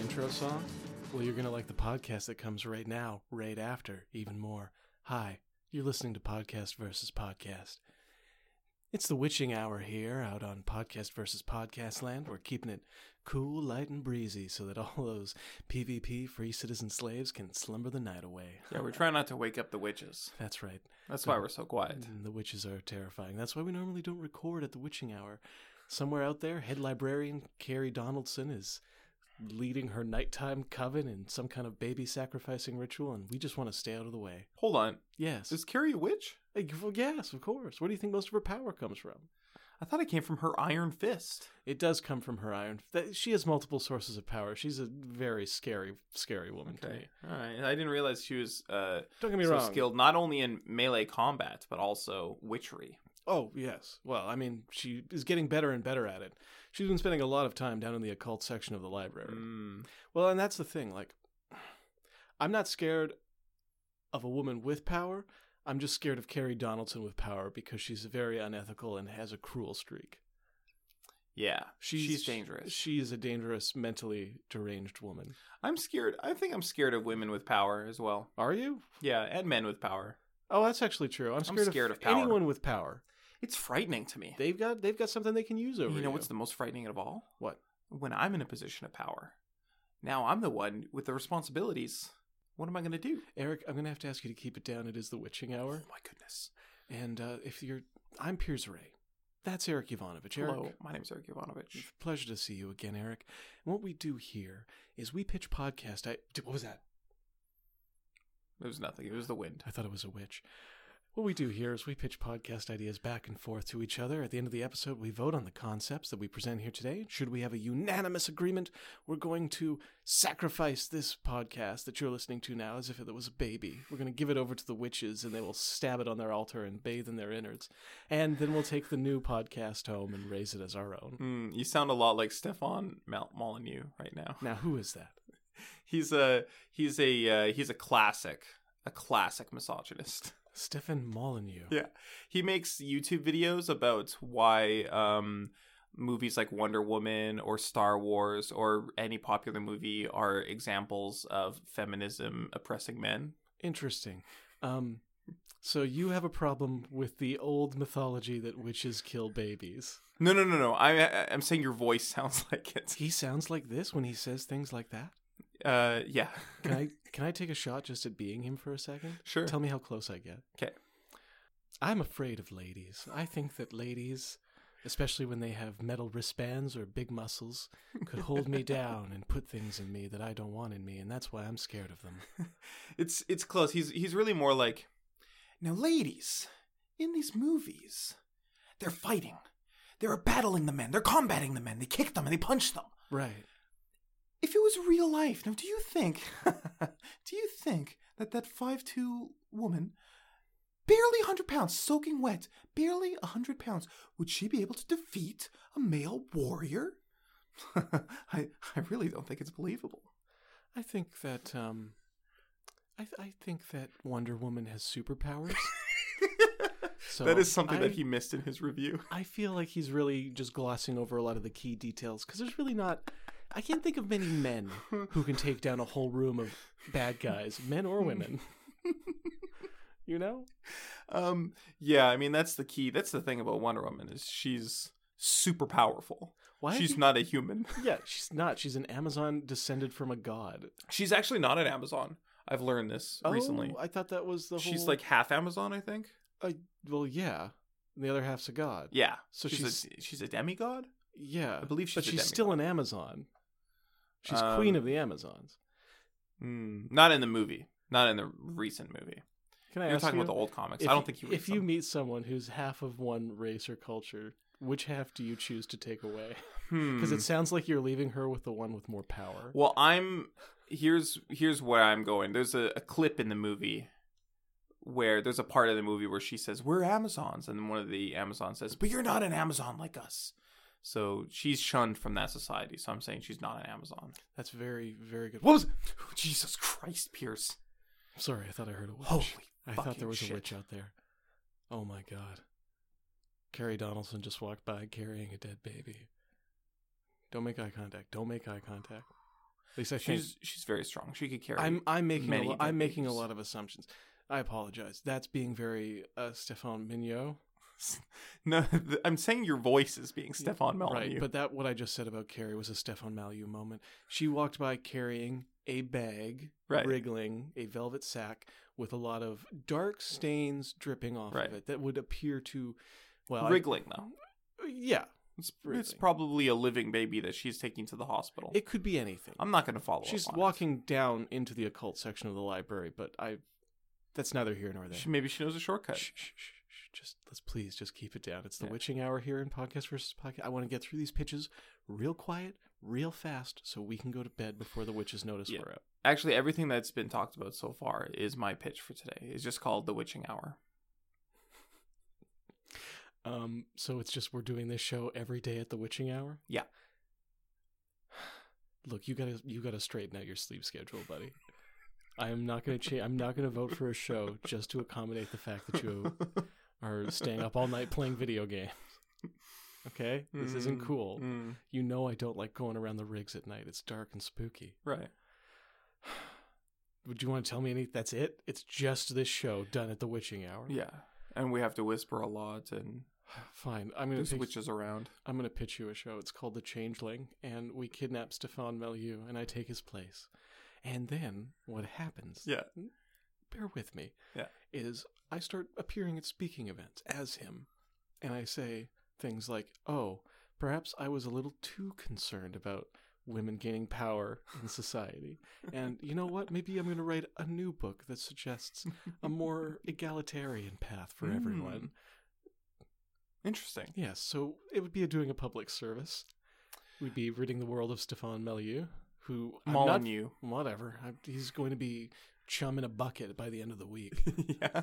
intro song? Well, you're going to like the podcast that comes right now, right after, even more. Hi, you're listening to Podcast versus Podcast. It's the witching hour here out on Podcast versus Podcast land. We're keeping it cool, light, and breezy so that all those PvP free citizen slaves can slumber the night away. Yeah, we're trying not to wake up the witches. That's right. That's why we're so quiet. And the witches are terrifying. That's why we normally don't record at the witching hour. Somewhere out there, head librarian Carrie Donaldson is leading her nighttime coven in some kind of baby sacrificing ritual, and we just want to stay out of the way. Hold on. Yes. Is Carrie a witch? Hey, well, yes, of course. Where do you think most of her power comes from? I thought it came from her iron fist. It does come from her iron. That, she has multiple sources of power. She's a very scary, scary woman to me. All right. I didn't realize she was uh, Don't get me so wrong. skilled not only in melee combat, but also witchery. Oh, yes. Well, I mean, she is getting better and better at it. She's been spending a lot of time down in the occult section of the library. Mm. Well, and that's the thing. Like, I'm not scared of a woman with power. I'm just scared of Carrie Donaldson with power because she's very unethical and has a cruel streak. Yeah. She's, She's dangerous. She is a dangerous, mentally deranged woman. I'm scared. I think I'm scared of women with power as well. Are you? Yeah, and men with power. Oh, that's actually true. I'm scared, scared of power. anyone with power. It's frightening to me. They've got they've got something they can use over you you. know what's the most frightening of all? what? When I'm in a position of power. Now I'm the one with the responsibilities. What am I going to do? Eric, I'm going to have to ask you to keep it down. It is the witching hour. Oh my goodness. And uh, if you're, I'm Piers Ray. That's Eric Ivanovich. Eric, Hello, my name's Eric Ivanovich. pleasure to see you again, Eric. And what we do here is we pitch podcast. I what was that? It was nothing. It was the wind. I thought it was a witch. What we do here is we pitch podcast ideas back and forth to each other. At the end of the episode, we vote on the concepts that we present here today. Should we have a unanimous agreement, we're going to sacrifice this podcast that you're listening to now as if it was a baby. We're going to give it over to the witches and they will stab it on their altar and bathe in their innards. And then we'll take the new podcast home and raise it as our own. Mm, you sound a lot like Stefan Mal- Molyneux right now. Now, who is that? He's a he's a uh, he's a classic, a classic misogynist. Stefan Molyneux. Yeah, he makes YouTube videos about why um, movies like Wonder Woman or Star Wars or any popular movie are examples of feminism oppressing men. Interesting. Um, so you have a problem with the old mythology that witches kill babies. No, no, no, no. I I'm saying your voice sounds like it. He sounds like this when he says things like that. Uh, yeah, Can I can I take a shot just at being him for a second? sure. Tell me how close I get. 'Kay. I'm afraid of ladies. I think that ladies, especially when they have metal wristbands or big muscles, could hold me down and put things in me that I don't want in me, and that's why I'm scared of them. It's it's close. He's he's really more like now, ladies. In these movies, they're fighting, they're battling the men, they're combating the men. They kick them and they punch them. Right. If it was real life, now do you think, do you think that that five two woman, barely hundred pounds, soaking wet, barely hundred pounds, would she be able to defeat a male warrior? I I really don't think it's believable. I think that um, I th- I think that Wonder Woman has superpowers. so that is something I- that he missed in his review. I feel like he's really just glossing over a lot of the key details because there's really not. I can't think of many men who can take down a whole room of bad guys, men or women. you know? Um, yeah, I mean that's the key. That's the thing about Wonder Woman is she's super powerful. Why? she's have not a human. you- yeah, she's not. She's an Amazon descended from a god. She's actually not an Amazon. I've learned this recently. Oh, I thought that was the whole. She's like half Amazon, I think. I, well, yeah. And the other half's a god. Yeah. So she's a, she's a demigod. Yeah, I believe but she's a she's still an Amazon. She's Um, queen of the Amazons. Mm, not in the movie. Not in the recent movie. Can I You're ask talking you, about the old comics. if I don't think you. read if you them. meet someone who's half of one race or culture, which half do you choose to take away? Because Hmm. it sounds like you're leaving her with the one with more power. Well, I'm here's here's where I'm going. There's a, a clip in the movie where there's a part of the movie where she says, "We're Amazons," and then one of the Amazons says, "But you're not an Amazon like us." So she's shunned from that society. So I'm saying she's not an Amazon. That's very, very good. What was? Jesus Christ, Pierce! Sorry, I thought I heard a witch. Holy, I thought fucking there was shit. a witch out there. Oh my god. Carrie Donaldson just walked by carrying a dead baby. Don't make eye contact. Don't make eye contact. At least I think. She's she's very strong. She could carry. I'm I'm making a many lo- I'm making a babies. lot of assumptions. I apologize. That's being very uh, Stefan Mignot. no, th- I'm saying your voice is being Stefan Molyneux. Right, but that what I just said about Carrie was a Stefan Malou moment. She walked by carrying a bag, Right. wriggling a velvet sack with a lot of dark stains dripping off Right. of it that would appear to, well, I- wriggling though. yeah, It's, it's wriggling. probably a living baby that she's taking to the hospital. it could be anything. I'm not going to follow. She's up on it. walking down into the occult section of the library, but I, that's neither here nor there. She, maybe she knows a shortcut. Shh, shh, shh, shh. Just let's please just keep it down. It's the Yeah. witching hour here in podcast versus podcast. I want to get through these pitches real quiet, real fast, so we can go to bed before the witches notice Yeah. we're up. Actually, everything that's been talked about so far is my pitch for today. It's just called the witching hour. Um, so it's just we're doing this show every day at the witching hour. Yeah. Look, you gotta you gotta straighten out your sleep schedule, buddy. I am not gonna change. I'm not gonna vote for a show just to accommodate the fact that you are staying up all night playing video games. Okay, this isn't Mm, cool. mm, You know I don't like going around the rigs at night. It's dark and spooky. right. Would you want to tell me any? That's it. It's just this show done at the witching hour. Yeah. And we have to whisper a lot, and Fine. I'm gonna there's pick, witches around. I'm gonna pitch you a show. It's called The Changeling, and we kidnap Stefan Melieu, and I take his place. And then what happens? Yeah. Bear with me. Yeah. Is I start appearing at speaking events as him, and I say things like, "Oh, perhaps I was a little too concerned about." Women gaining power in society. And you know what? Maybe I'm going to write a new book that suggests a more egalitarian path for Hmm. everyone. Interesting. Yes, so it would be doing a public service. We'd be ridding the world of Stefan Melieu, who I'm not- Molyneux. whatever. I, he's going to be chum in a bucket by the end of the week. yeah.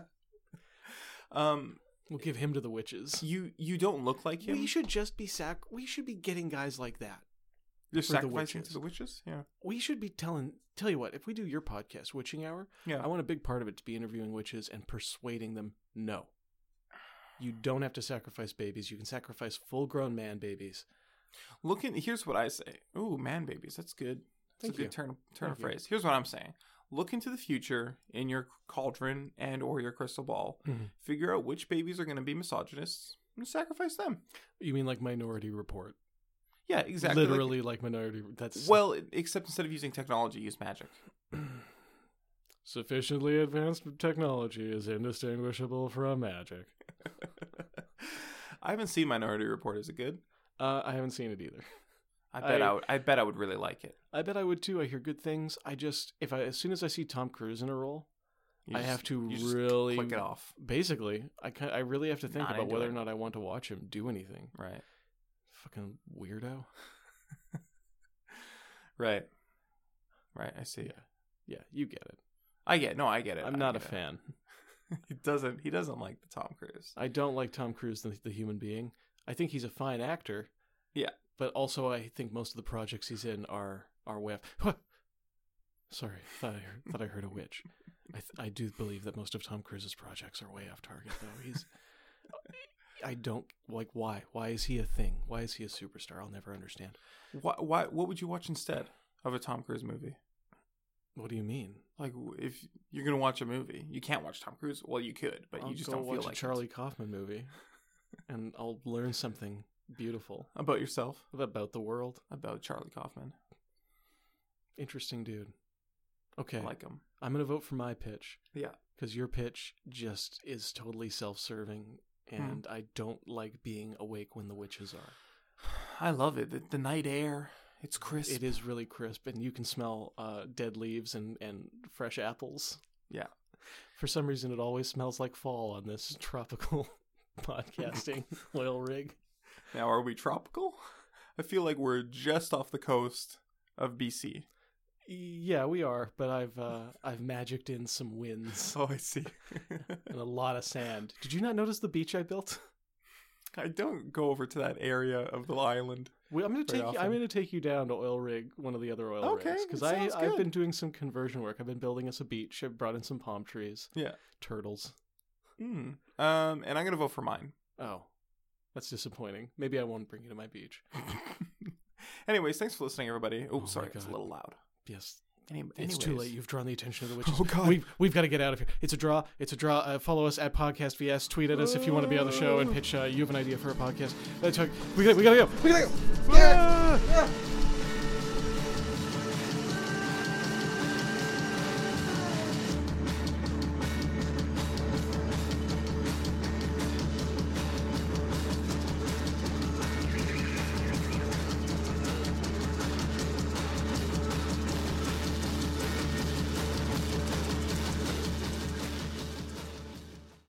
Um, We'll give him to the witches. you you don't look like him. We should just be sac. We should be getting guys like that. You're for the sacrificing witches. to the witches. Yeah. We should be telling. Tell you what, if we do your podcast, Witching Hour, Yeah. I want a big part of it to be interviewing witches and persuading them. No, you don't have to sacrifice babies. You can sacrifice full-grown man babies. Look in, here's what I say. Ooh, man babies, that's good. That's Thank a good you. turn turn of Thank you. phrase. Here's what I'm saying. Look into the future in your cauldron and or your crystal ball. Mhm. Figure out which babies are going to be misogynists and sacrifice them. You mean like Minority Report? Yeah, exactly. Like- Literally like, Minority. That's well, e, except instead of using technology, use magic. Sufficiently advanced technology is indistinguishable from magic. I haven't seen Minority Report. Is it good? Uh, I haven't seen it either. I bet I, I- would. I bet I would really like it. I bet I would too. I hear good things. I just if I as soon as I see Tom Cruise in a role, You I just- have to you just really click it off. Basically, I can, I really have to think Not about into whether it. or not I want to watch him do anything. Right. Fucking weirdo. Right. Right. I see. Yeah, you get it. I get. No, I get it. I'm I not a get it. fan. He doesn't. He doesn't like the Tom Cruise. I don't like Tom Cruise the, the human being. I think he's a fine actor. Yeah. But also I think most of the projects he's in are are whiff. Sorry, thought I heard, thought I heard a witch. I th- I do believe that most of Tom Cruise's projects are way off target though. He's I don't like why. Why is he a thing? Why is he a superstar? I'll never understand. Why, why? What would you watch instead of a Tom Cruise movie? What do you mean? Like, w- if you're gonna watch a movie, you can't watch Tom Cruise. Well, you could, but I'll you just go don't feel watch like a it. Charlie Kaufman movie and I'll learn something beautiful about yourself, about the world. about Charlie Kaufman. Interesting dude. Okay. I like him. I'm going to vote for my pitch. Yeah. Because your pitch just is totally self serving, and Hmm. I don't like being awake when the witches are. I love it. The, the night air. It's crisp. It is really crisp, and you can smell uh, dead leaves and, and fresh apples. Yeah. For some reason, it always smells like fall on this tropical podcasting oil rig. Now, are we tropical? I feel like we're just off the coast of BC. Yeah, we are, but I've uh, I've magicked in some winds Oh, I see. and a lot of sand. Did you not notice the beach I built? I don't go over to that area of the island. We, I'm going to Very take you, I'm often. going to take you down to oil rig one of the other oil Okay, rigs because that I sounds I've good. been doing some conversion work. I've been building us a beach. I've brought in some palm trees. Yeah. turtles. Hmm. Um, and I'm gonna vote for mine. Oh, that's disappointing. Maybe I won't bring you to my beach. Anyways, thanks for listening, everybody. Oh Oh, my sorry, it's a God. little loud. Yes. Any, It's too anyways. late. You've drawn the attention of the witches. Oh, God. We've, we've got to get out of here. It's a draw. It's a draw. Uh, follow us at Podcast VS. Tweet at us if you want to be on the show and pitch. Uh, you have an idea for a podcast. Uh, Tug, we got we gotta go. We gotta go. Ah!